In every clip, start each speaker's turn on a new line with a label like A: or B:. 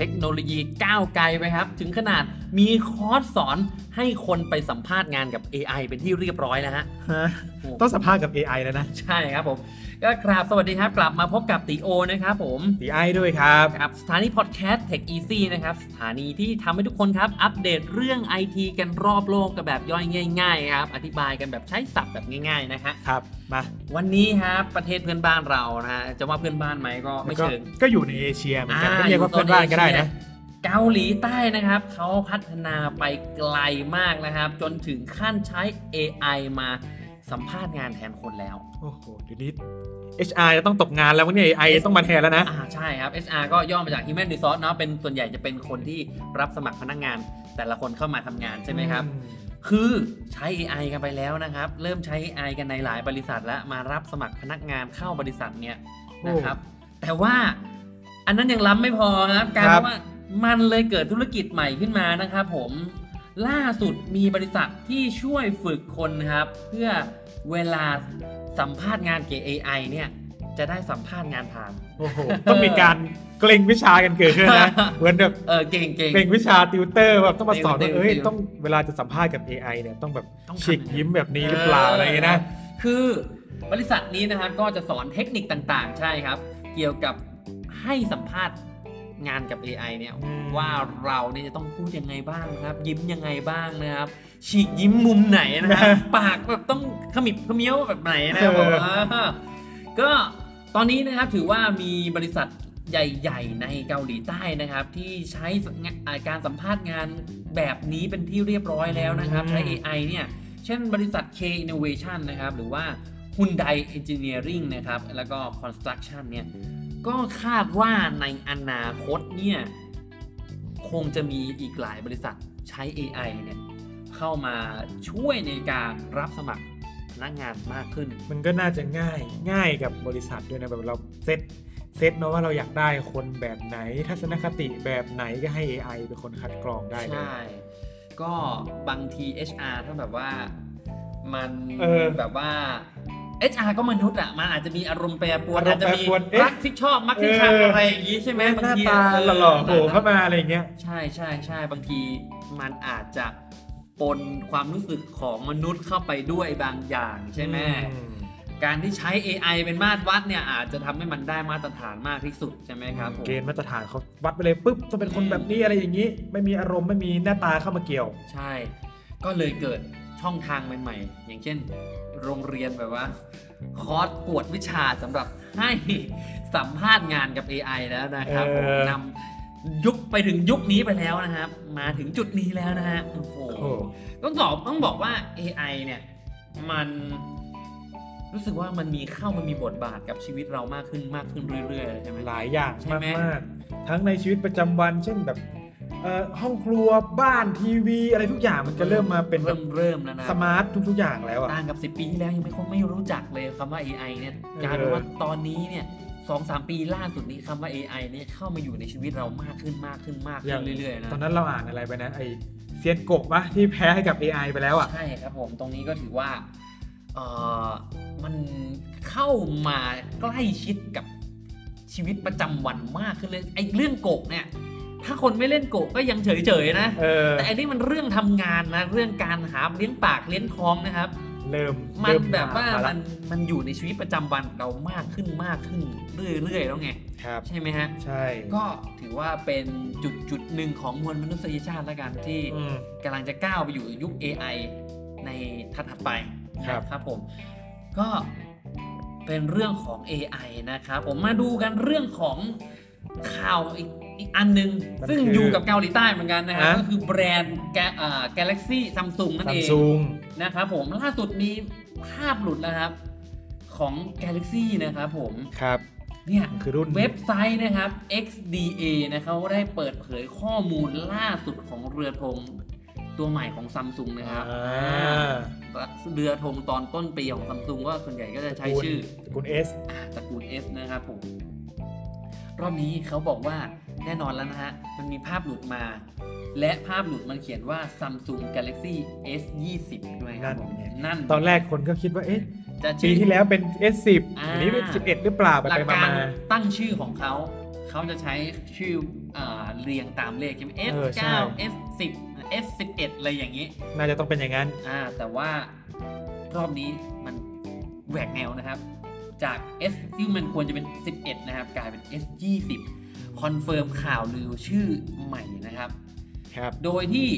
A: ทคโนโลยีก้าวไกลไปครับ ถึงขนาดมีคอร์สสอนให้คนไปสัมภาษณ์งานกับ AI เป็นที่เรียบร้อยแล้วฮะ
B: ฮะต้องสัมภาษณ์กับ AI แล้วนะ
A: ใช่ครับผม ก็ครับสวัสดีครับ กลับมาพบกับติโอนะครับผม
B: ดีไอด้วยครับ
A: ครับสถานีพอดแคสต์ Tech Easy นะครับ สถานีที่ทำให้ทุกคนครับ อัปเดตเรื่อง IT กันรอบโลกกันแบบย่อยง่ายๆครับ อธิบายกันแบบใช้ศัพท์แบบง่ายๆนะฮะ
B: ครับ มา
A: วันนี้ครับประเทศเพื่อนบ้านเรานะฮะจะว่าเพื่อนบ้านไหมก็ไม่
B: ก็
A: เชิง
B: ก็อยู่ในเอเชียเหมือนกัน
A: อ่า
B: ไม่เรียกว่าเพื่อนบ้านก็ได้นะ
A: เกาหลีใต้นะครับ เขาพัฒนาไปไกลมากนะครับ จนถึงขั้นใช้ AI มาสัมภาษณ์งานแทนคนแล้ว
B: โอ้โหเดี๋ยวนี้ HR จะต้องตกงานแล้ววะเนี่ย AI ต้องมาแทนแล้วนะ
A: อ่าใช่ครับ HR ก็ย่อมาจาก Human Resource เนาะเป็นส่วนใหญ่จะเป็นคนที่รับสมัครพนักงาน แต่ละคนเข้ามาทำงานใช่ไหมครับ คือใช้ AI กันไปแล้วนะครับ เริ่มใช้ AI กันในหลายบริษัทแล้วมารับสมัครพนักงานเข้าบริษัทเนี่ยนะครับ แต่ว่าอันนั้นยังล้ำไม่พอครับกลาร
B: ครับ
A: ว่ามันเลยเกิดธุรกิจใหม่ขึ้นมานะครับผมล่าสุดมีบริษัทที่ช่วยฝึกคนนะครับ เพื่อเวลาสัมภาษณ์งานเกบ AI เนี่ยจะได้สัมภาษณ์งานผ่าน
B: โอ้โห ต้องมีการเกรงวิชากันเกิดขึ้นนะ เหมือนแบบ
A: เออเก่งเก่ง
B: เกรงวิชาติวเตอร์แบบต้องมาสอน
A: ติวเตอ
B: ว่า
A: ร์
B: เอ้ย
A: ติวเตอร์
B: ต้องเวลาจะสัมภาษณ์กับ AI เนี่ยต้องแบบ
A: ต้องทำ
B: ฉีก
A: ยังไง
B: ยิ้มแบบนี้หรือเปล่าอะไรอย่างเงี้ยนะ
A: คือบริษัทนี้นะครับก็จะสอนเทคนิคต่างๆ ใช่ครับ เกี่ยวกับให้สัมภาษณ์งานกับ AI เนี่ย
B: อืม
A: ว่าเราเนี่ยจะต้องพูดยังไงบ้างนะครับ ยิ้มยังไงบ้างนะครับ ฉีกยิ้มมุมไหนนะครับ ปากแบบต้องขมิบขมิ้วแบบไหนนะครับผมอ่าก็ตอนนี้นะครับถือว่ามีบริษัทใหญ่ ๆ ในเกาหลีใต้นะครับ ที่ใช้งานอ่าการสัมภาษณ์งานแบบนี้เป็นที่เรียบร้อยแล้วนะครับ ใช้ AI เนี่ย เช่นบริษัท K Innovation นะครับ หรือว่า Hyundai Engineering นะครับ แล้วก็ Construction เนี่ย ก็คาดว่าในอนาคตเนี่ย คงจะมีอีกหลายบริษัทใช้ AI เนี่ย เข้ามาช่วยในการรับสมัครพนักงานมากขึ้น
B: มันก็น่าจะง่ายง่ายกับบริษัทด้วยนะแบบเราเซตเซตเนาะว่าเราอยากได้คนแบบไหน ทัศนคติแบบไหนก็ให้ AI เป็นคนคัดกรองได้เลย
A: ใช่ ก็บางที HR ถ้าแบบว่ามัน
B: เออ
A: แบบว่า HR ก็มนุษย์อะมันอาจจะมีอารมณ์แปรปรวน
B: อาร
A: อาจ
B: มณ์
A: จะมี
B: แปรปรวนเอ๊ะ
A: รักที่ชอบมักที่ชัง
B: เอออ
A: อะไรอย่างงี้ใช่ไหมบาง
B: หน้า
A: ที
B: ตา
A: เออ
B: หล่อๆโผล่เข้ามาอะไรอย่างเงี้ย
A: ใช่ใช่ใช่บางทีมันอาจจะปนความรู้สึกของมนุษย์เข้าไปด้วยบางอย่างใช่ไหม
B: อืม
A: การที่ใช้ AI เป็นมาตรวัดเนี่ยอาจจะทำให้มันได้มาตรฐานมากที่สุดใช่ไหมครับผม
B: เกณฑ์มาตรฐานเขาวัดไปเลยปุ๊บต้องเป็นคนแบบนี้อะไรอย่างนี้ ไม่มีอารมณ์ไม่มีหน้าตาเข้ามาเกี่ยว
A: ใช่ ก็เลยเกิดช่องทางใหม่ๆ อย่างเช่น โรงเรียนแบบว่า คอร์สกวดวิชาสำหรับให้สัมภาษณ์งานกับ AI แล้วนะครับ
B: เออ
A: ผมนำยุคไปถึงยุคนี้ไปแล้วนะครับ มาถึงจุดนี้แล้วนะฮะโอ้โห ต้องตอบต้องบอกว่า AI เนี่ย มันรู้สึกว่ามันมีเข้ามันมีบทบาทกับชีวิตเรามากขึ้นมากขึ้นเรื่อยๆใช่ไหม
B: หลายอย่าง
A: ใช่ไหม
B: มากๆทั้งในชีวิตประจำวัน เช่นแบบเอ่อห้องครัวบ้านทีวี อะไรทุกอย่างมันจะเริ่มมาเป็นแบ
A: เริ่
B: บ
A: มเริ่มแล้วนะ
B: สมาร์ททุกๆอย่างแล้วอ่ะ
A: ต่างกับ 10 ปีที่แล้วยังไม่คงไม่รู้จักเลยคำว่า AI เนี่ย
B: เออ
A: กลารว่าตอนนี้เนี่ยสองสามปีล่าสุดนี้คำว่า AI เนี่ยเข้ามาอยู่ในชีวิตเรามากขึ้นมากขึ้นมากขึ้นเรื่อยๆนะ
B: ตอนนั้นเราอ่านอะไรไปนะไอเซียนกบปะที่แพ้ให้กับ AI ไปแล้วอ่ะ
A: ใช่ครับผมตรงนี้ก็ถือว่าเออมันเข้ามาใกล้ชิดกับชีวิตประจำวันมากขึ้นเลยไอ้เรื่องโกะเนี่ยถ้าคนไม่เล่นโกะก็ยังเฉยๆนะ
B: เออ
A: แต่อันนี้มันเรื่องทำงานนะเรื่องการหาเลี้ยงปากเลี้ยงท้องนะครับ
B: เริ่ม
A: มัน
B: เริ่
A: แบบว่า
B: ละ
A: มันมันอยู่ในชีวิตประจำวันเรามากขึ้นมากขึ้นเรื่อยๆแล้วไง
B: ครับ
A: ใช่ไหมฮะ
B: ใช่
A: ก็ถือว่าเป็นจุดจุดหนึ่งของมวลมนุษยชาติละกันที่
B: อืม
A: กำลังจะก้าวไปอยู่ยุค AI ในทัดถัดไป
B: ครับ
A: นะครับผม ก็เป็นเรื่องของ AI นะครับผมมาดูกันเรื่องของข่าวอีกอีกอันหนึ่งซึ่งอยู่กับเกาหลีใต้เหมือนกันนะครับก็คือแบรนด์แกแกลเล็กซี่ซัมซุงนั่น
B: ซัม
A: เอง
B: ซุง
A: นะครับผมล่าสุดมีภาพหลุดนะครับ ของ Galaxy นะครับผม
B: ครับ
A: เนี่ย
B: คือรุ่น
A: เว็บไซต์นะครับ XDA นะเขาได้เปิดเผยข้อมูลล่าสุดของเรือธงตัวใหม่ของซัมซุงนะครับ
B: อ่า
A: เรือธงตอนต้นปีของซัมซุงก็ส่วนใหญ่ก็จะใช้ชื่อ
B: ตระกูลเอส
A: อ่าตระกูล S นะครับผม รอบนี้เขาบอกว่าแน่นอนแล้วนะฮะ มันมีภาพหลุดมา และภาพหลุดมันเขียนว่า Samsung Galaxy S 2 0ด้วยครับผม
B: นั่นไง
A: นั่น
B: ตอนแรกคนก็คิดว่า เอ๊ะ
A: จะชื่
B: ปี
A: อ
B: ที่แล้วเป็น S10
A: อ่า
B: อันนี้เป็น 11 หรือเปล่าไป
A: หลัก
B: ไปมา
A: การ
B: มา
A: ตั้งชื่อของเขา เขาจะใช้ชื่ออ่าเรียงตามเลขใช่ไหม F
B: เออใช่
A: 9 F 10 F 11อะไรอย่างนี้
B: น่าจะต้องเป็นอย่างนั้น
A: อ่าแต่ว่ารอบนี้มันแหวกแนวนะครับ จาก S ที่มันควรจะเป็น 11 นะครับ กลายเป็น S 20คอนเฟิร์มข่าวลือชื่อใหม่นะครับ
B: ครับ
A: โดยที่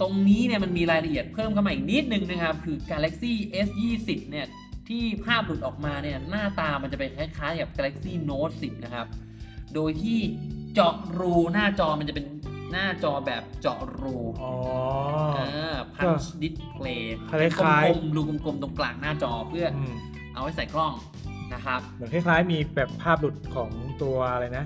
A: ตรงนี้เนี่ยมันมีรายละเอียดเพิ่มเข้ามาอีกนิดนึงนะครับ คือ Galaxy S 20เนี่ยที่ภาพหลุดออกมาเนี่ยหน้าตามันจะเป็นคล้ายๆกับ Galaxy Note 10 นะครับ โดยที่เจาะรูหน้าจอมันจะเป็นหน้าจอแบบเจาะรู
B: อ๋อ
A: พันช์ดิสเพลย์
B: คล้าย
A: ก
B: ๆ
A: ลมๆรูกลมๆตรงกลางหน้าจอเพื่ออ
B: อืม
A: เอาไว้ใส่กล้องนะครับ
B: เหมือนคล้ายๆ มีแบบภาพหลุดของตัวอะไรนะ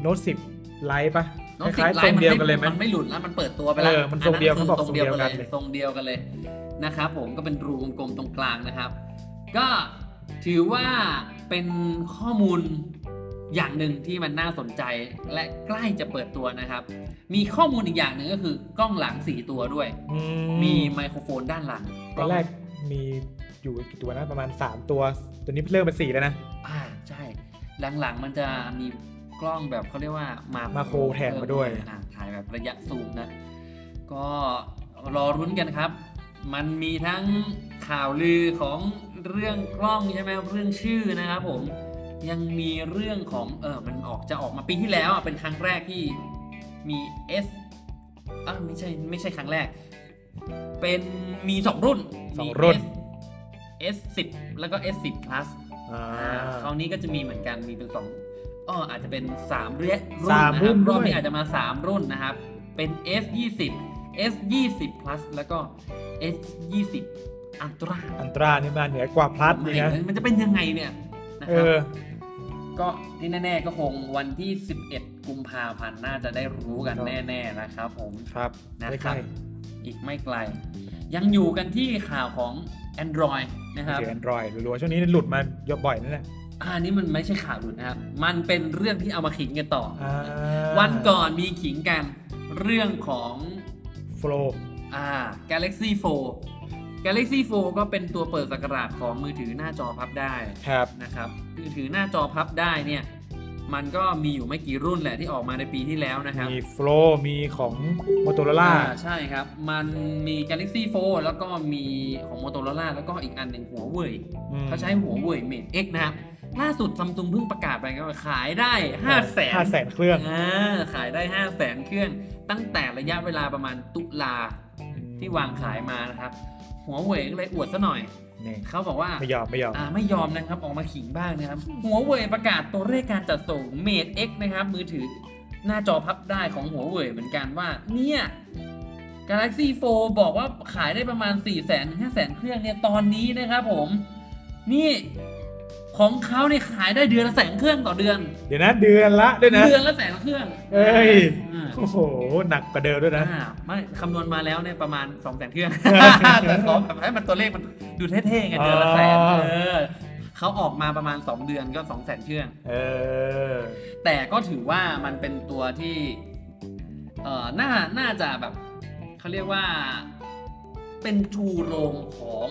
B: โน้ตสิบไลท์ปะ
A: น้อง
B: ค
A: สิบ
B: ล้าย
A: ไล
B: ๆทร
A: น์มั
B: ง
A: น
B: เดียวกันเล
A: ไม่
B: ยไหม
A: มันไม่หลุดแล้วมันเปิดตัวไปแล้ว
B: เออมันทรงเดียว
A: อั
B: เขาบอก
A: คื
B: ทรงเดียวกันเลย
A: ทรงเดียวกันเลยนะครับผมก็เป็นรูกลมๆตรงกลางนะครับ ก็ถือว่าเป็นข้อมูลอย่างหนึ่งที่มันน่าสนใจและใกล้จะเปิดตัวนะครับ มีข้อมูลอีกอย่างหนึ่งก็คือกล้องหลังสี่ตัวด้วย
B: อื
A: มีไมโครโฟนด้านหลัง
B: ตอนแรกมีอยู่กี่ตัวนะประมาณ 3 ตัว ตัวนี้เริ่มเป็นสี่แล้วนะ
A: อ่าใช่ หลังๆมันจะมีกล้องแบบเขาเรียกว่ามา
B: มาโครแถมมาด้วย
A: อ่าถ่ายแบบระยะซูมนะ ก็รอรุ้นกันครับ มันมีทั้งข่าวลือของเรื่องกล้องใช่ไหมเรื่องชื่อนะครับผมยังมีเรื่องของเออมันออกจะออกมาปีที่แล้วอ่ะเป็นครั้งแรกที่มี S อ่ะไม่ใช่ไม่ใช่ครั้งแรก เป็นมีสองรุ่น
B: สอง
A: มี
B: รุ่น
A: S S10 แล้วก็ S10 plus
B: อ่า
A: คราวนี้ก็จะมีเหมือนกันมีเป็นสองอ้ออาจจะเป็นสามเรียรุ่น
B: สาม
A: นะค
B: รุ่
A: รับ
B: น
A: ร
B: ด้วย
A: อบนี้อาจจะมาสามรุ่นนะครับ เป็น S 2 0 S 2 0 plus แล้วก็ S 2 0 Ultra
B: อันตรานี่มาเหนือกว่าพลัส
A: มั
B: ดี
A: น
B: นะ
A: มันจะเป็นยังไงเนี่ยนะ
B: เอ
A: ครับ
B: อ
A: ก็ที่แน่ๆก็คงวันที่ 11 กุมภาพันธ์น่าจะได้รู้กัน
B: ครับ
A: แน่ๆนะครับผม
B: ครับ
A: นะค
B: ใก
A: รั
B: ล้
A: บ อีกไม่ไกล ยังอยู่กันที่ข่าวของ Android นะ
B: ๆ
A: ครับ
B: มือถือแอนดรอยรัวๆช่วงนี้หลุดมาเยอะบ่อยนั่นแหละ
A: อ่านี่มันไม่ใช่ข่าวหลุดนะครับ มันเป็นเรื่องที่เอามาขิงกันต่อ
B: อ่า
A: วันก่อนมีขิงกันเรื่องของ
B: โฟลว์
A: อ่า Galaxy 4 Galaxy 4 ก็เป็นตัวเปิดสกราชของมือถือหน้าจอพับได้
B: ครับ
A: นะครับ มือถือหน้าจอพับได้เนี่ย มันก็มีอยู่ไม่กี่รุ่นแหละที่ออกมาในปีที่แล้วนะครับ
B: มีโฟลว์มีของ Motorola
A: อ่ใช่ครับ มันมี Galaxy 4 แล้วก็มีของ Motorola แล้วก็อีกอันหนึ่งหัวเว่ย
B: อืม
A: เขาใช้หัวเว่ยเมด X นะครับ ล่าสุดซัมซุงเพิ่งประกาศไปก็ขายได้5 0 0 0 0
B: ห้าแสนเครื่อง
A: อ่าขายได้ 5 0 0แสนเครื่อง ตั้งแต่ระยะเวลาประมาณตุลาที่วางขายมานะครับ หัวเว่ยก็เลยอวดซะหน่อย
B: นี่
A: เขาบอกว่า
B: ไม่ยอมไม่ยอม
A: อ่าไม่ยอมนะครับ ออกมาขิงบ้างนะครับ หัวเว่ยประกาศตัวเลขการจัดส่ง Mate X นะครับ มือถือหน้าจอพับได้ของหัวเว่ยเหมือนกันว่า เนี่ย Galaxy 4 บอกว่าขายได้ประมาณ 4 0 0 0 0 0 5 0 0 0 0 เครื่องเนี่ยตอนนี้นะครับผม นี่ของเขาเนี่ยขายได้เดือนละแสนเครื่องต่อเดือน
B: เดี๋ยวนะเดือนละด้วยนะ
A: เดือนละแสนเครื่อง
B: เอ้ย
A: อ่า
B: โอ้โห หนักกว่าเดิมด้วยนะ
A: อ่าไม่คำนวณมาแล้วเนี่ยประมาณ2แสนเค รื่อง แต่ขอแบบให้มันตัวเลขมันดูเท่ๆไงเดือนละแสน
B: อ๋อ
A: เออเขาออกมาประมาณ 2 เดือนก็2แสนเครื่อง
B: เออ
A: แต่ก็ถือว่ามันเป็นตัวที่เอ่อน่าน่าจะแบบเขาเรียกว่าเป็นชูโรงของ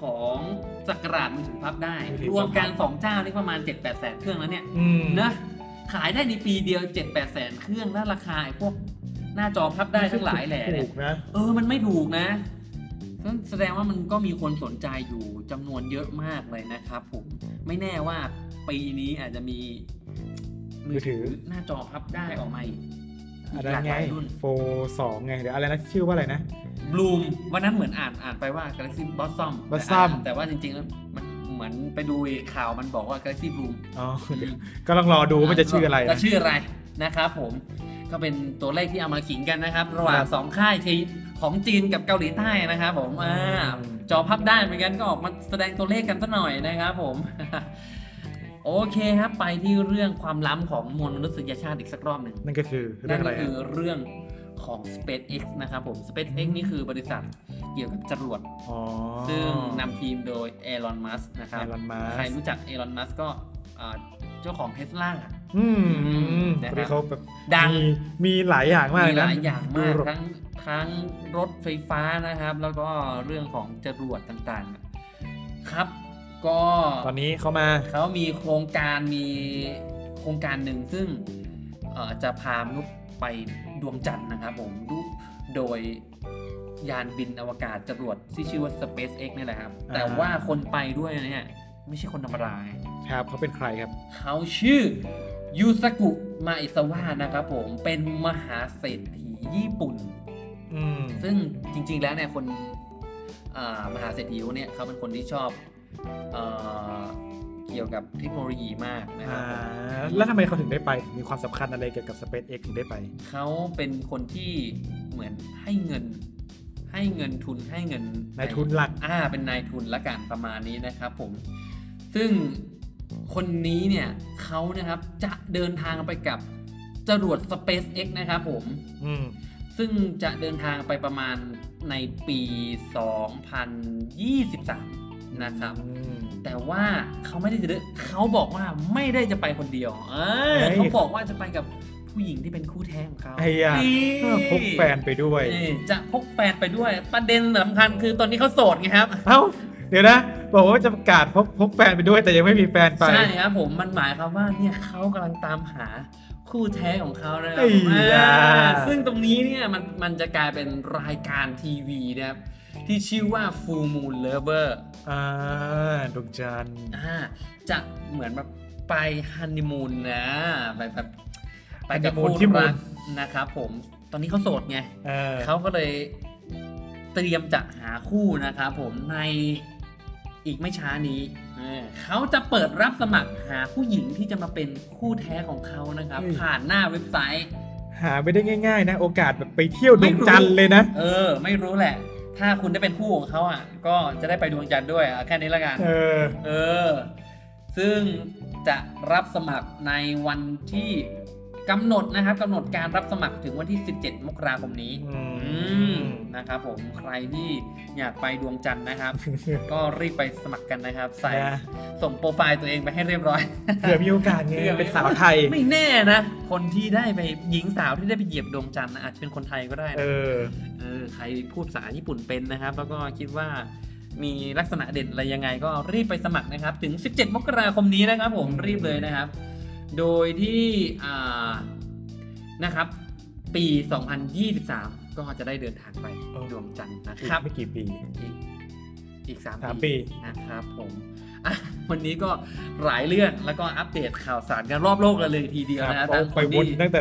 A: ของจักรราชมือถือพับได้
B: มือถือพับ
A: รวมกัน2เจ้านี่ประมาณ 7-8แสนเครื่องแล้วเนี่ย
B: อืม
A: นะขายได้ในปีเดียว 7 8 แสนเครื่องแล้วราคาไอ้พวกหน้าจอพับได้ทั้งหลายแหล่เนี่
B: ถู
A: ย
B: กนะ
A: เออมันไม่ถูกนะนั่นแสดงว่ามันก็มีคนสนใจอยู่จำนวนเยอะมากเลยนะครับผมไม่แน่ว่าปีนี้อาจจะมี
B: มือถือ
A: หน้าจอพับได้ออกมาอีกอี
B: อะ
A: ก
B: ไร
A: หลากห
B: ไง
A: ลายรุ่น
B: โฟสองไง เดี๋ยวอะไรนะ ชื่อว่าอะไรนะ
A: บลูมวันนั้นเหมือนอ่านอ่านไปว่า Galaxy Blossom แต่อ่าน
B: Blossom
A: แต่ว่าจริงๆแล้วมันเหมือนไปดูข่าวมันบอกว่า Galaxy Bloom
B: อ๋อ
A: อืม
B: ก็ต้องรอดูว่ามันจะชื่ออะไร
A: จะ
B: นะ
A: ชื่ออะไรนะครับผม ก็เป็นตัวเลขที่เอามาขิงกันนะครับ ระหว่างสองค่ายที่ของจีนกับเกาหลีใต้นะครับผมอ่า
B: อืม
A: จอพับได้เหมือนกันก็ออกมาแสดงตัวเลขกันซะหน่อยนะครับผม โอเคครับไปที่เรื่องความล้ำของมวลมนุษยชาติอีกสักรอบหนึ่ง
B: นั่นก็คือเรื่องอะไร
A: นั่นก็
B: อะ
A: คือเรื่องของ SpaceX นะครับผม SpaceX นี่คือบริษัทเกี่ยวกับจรวด
B: อ๋อ
A: ซึ่งนำทีมโดย Elon Musk นะครับ
B: แอลอนมา
A: ใครรู้จัก Elon Musk ก็อ่าเจ้าของ Tesla อะ
B: อืม
A: อืม
B: ค
A: นะค
B: น
A: รับ
B: ที่เขาแบบ
A: ดัง
B: มีมีหลายอย่างมาก
A: มี
B: เล
A: ห
B: ยนะ
A: ลายอย่างมาก
B: ดู
A: ทั้งทั้งรถไฟฟ้านะครับ แล้วก็เรื่องของจรวดต่างๆ ครับ ก็
B: ตอนนี้เขามา
A: เขามีโครงการมี โครงการหนึ่งซึ่งเอ่อจะพามนุษย์ไปดวงจันทร์นะครับผมดูโดยยานบินอวกาศจรวดที่ชื่อว่า SpaceX นี่แหละครับ แต่ว่าคนไปด้วยเนี่ยไม่ใช่คนธรรมดา
B: ครับเขาเป็นใครครับ
A: เขาชื่อยูสกุมาอิสวะนะครับผมเป็นมหาเศรษฐีญี่ปุ่น
B: อืม
A: ซึ่งจริง ๆ แล้วเนี่ยคนอ่ามหาเศรษฐีคนเนี่ยเขาเป็นคนที่ชอบเออเกี่ยวกับเทคโนโลยีมากนะค
B: อ่า
A: รับ
B: แล้วทำไมเขาถึงได้ไปมีความสำคัญอะไรเกี่ยวกับ SpaceX ถึงได้ไป
A: เขาเป็นคนที่เหมือนให้เงินให้เงินทุนให้เงิน
B: ในายทุนหลัก
A: อ่าเป็นนายทุนละกันประมาณนี้นะครับผม ซึ่งคนนี้เนี่ยเขานะครับจะเดินทางไปกับจรวด SpaceX นะครับผม
B: อืม
A: ซึ่งจะเดินทางไปประมาณในปี 2023 นะครับ
B: อืม
A: แต่ว่าเขาไม่ได้จะเดินเขาบอกว่าไม่ได้จะไปคนเดียว เออ
B: เฮ้ย
A: เขาบอกว่าจะไปกับผู้หญิงที่เป็นคู่แท้ของเขา
B: ไอ้ยา
A: นี่
B: พกแฟนไปด้วย
A: นี่จะพกแฟนไปด้วย ประเด็นสำคัญคือตอนนี้เขาโสดไงครับ
B: เอ้า เดี๋ยวนะ บอกว่าจะประกาศพกพกแฟนไปด้วย แต่ยังไม่มีแฟนไป
A: ใช่ครับผมมันหมายความว่าเนี่ยเขากำลังตามหาคู่แท้ของเขานะครั
B: ไอ้
A: ผมอ
B: ยา
A: ่าซึ่งตรงนี้เนี่ยมันมันจะกลายเป็นรายการทีวีนะครับ ที่ชื่อว่า Full Moon Lover
B: อ่าดวงจันทร์
A: อ่าจะเหมือนแบบไปฮันนีมูนนะไปแบบไปกับคู่รักนะครับผมตอนนี้เขาโสดไง
B: เออ
A: เขาก็เลยเตรียมจะหาคู่นะครับผมในอีกไม่ช้านี้เออเขาจะเปิดรับสมัครหาผู้หญิงที่จะมาเป็นคู่แท้ของเขานะครับ ผ่านหน้าเว็บไซต์
B: หาไม่ได้ง่าย ๆ นะ โอกาสแบบไปเที่ยวดวงจันทร์เลยนะ
A: เออ ไม่รู้แหละ ถ้าคุณได้เป็นคู่ของเขาอ่ะ ก็จะได้ไปดวงจันทร์ด้วยอ่ะแค่นี้ละกัน
B: เออ
A: เออ ซึ่งจะรับสมัครในวันที่กำหนดนะครับกำหนดการรับสมัครถึงวันที่ 17 มกราคมนี้
B: อืม
A: อืมนะครับผมใครที่อยากไปดวงจันทร์นะครับ ก็รีบไปสมัครกันนะครับ ใส่
B: นะ
A: ส่งโปรไฟล์ตัวเองไปให้เรียบร้อย
B: เผื่อมีโอกาสไง
A: เผื่อมี
B: เป็นสาวไทย
A: ไม่แน่นะ คนที่ได้ไปหญิงสาวที่ได้ไปเหยียบดวงจันทร์นะอาจจะเป็นคนไทยก็ได้นะ
B: เออ
A: เออใครพูดภาษาญี่ปุ่นเป็นนะครับ แล้วก็คิดว่ามีลักษณะเด่นอะไรยังไง ก็รีบไปสมัครนะครับ ถึง 17 มกราคมนี้นะครับ ผมรีบเลยนะครับ โดยที่อ่านะครับ ปี 2023 ก็จะได้เดินทางไป
B: โอ้
A: ดวงจันทร์นะ
B: อีก
A: ครับ
B: ไม่กี่ปี
A: อีกอีกสาม
B: สามปี
A: นะครับผมอ่ะวันนี้ก็หลายเรื่องแล้วก็อัปเดตข่าวสารกันรอบโลกกันเลยทีเดียว
B: ค
A: นะ
B: รับ
A: ทั้ง
B: ไป
A: คน
B: วน
A: ที่
B: ตั้งแต่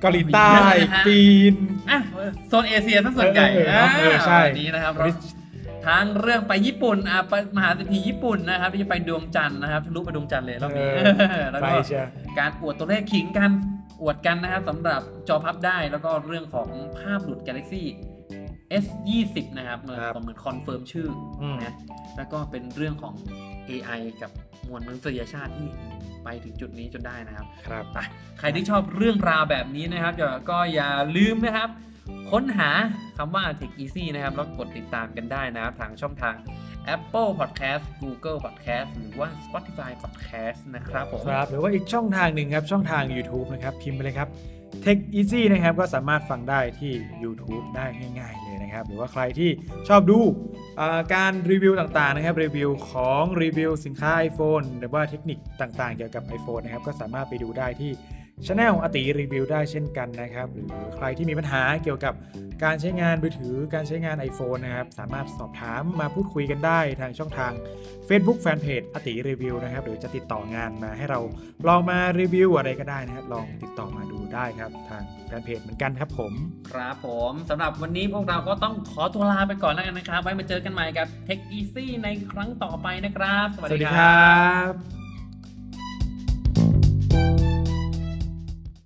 B: เกาหลีใต้
A: เยอะนะฮะ
B: จีน
A: อ่ะโซนเอเชียทั้งส่วนใหญ่
B: เออเออเออใช่
A: วันนี้นะครับเราทั้งเรื่องไปญี่ปุ่นอ่ะไปมหาเศรษฐีญี่ปุ่นนะครับที่จะไปดวงจันทร์นะครับทะลุไปดวงจันทร์เลยร อบนี้แล้ว
B: ไป
A: ก็
B: เชีย
A: การอวดตัวเลขขิงกันอวดกันนะครับสำหรับจอพับได้แล้วก็เรื่องของภาพหลุด Galaxy S 2 0นะครับเหมือน
B: ครับ
A: เหมือนคอนเฟิร์มชื่ออ
B: ม
A: นะแล้วก็เป็นเรื่องของ AI กับมวลมนุษยชาติที่ไปถึงจุดนี้จนได้นะครับ
B: ครับ
A: ไปใครที่ชอบเรื่องราวแบบนี้นะครับอย่าก็อย่าลืมนะครับ ค้นหาคำว่า Tech Easy นะครับ แล้วกดติดตามกันได้นะครับ ทางช่องทาง Apple Podcast Google Podcast หรือว่า Spotify Podcast นะครับผม
B: ครับหรือว่าอีกช่องทางหนึ่งครับ ช่องทาง YouTube นะครับ พิมพ์ไปเลยครับ Tech Easy นะครับ ก็สามารถฟังได้ที่ YouTube ได้ง่าย ๆ เลยนะครับ หรือว่าใครที่ชอบดูเอ่อการรีวิวต่างๆนะครับ รีวิวของรีวิวสินค้า iPhone หรือว่าเทคนิคต่างๆ เกี่ยวกับ iPhone นะครับ ก็สามารถไปดูได้ที่ช anel อติรีวิวได้เช่นกันนะครับ หรือใครที่มีปัญหาเกี่ยวกับการใช้งานมือถือการใช้งาน iPhone นะครับ สามารถสอบถามมาพูดคุยกันได้ทางช่องทาง Facebook Fanpage อติรีวิวนะครับ หรือจะติดต่องานมาให้เราลองมารีวิวอะไรก็ได้นะครับ ลองติดต่อมาดูได้ครับ ทางแฟนเพจเหมือนกันครับผม
A: ครับผมสำหรับวันนี้พวกเราก็ต้องขอตัวลาไปก่อนแล้วกันนะครับ ไว้มาเจอกันใหม่กับ Tech Easy ในครั้งต่อไปนะครับ ส
B: ส
A: วัส
B: วัส
A: ดี
B: ดี
A: ค
B: ครับ รับ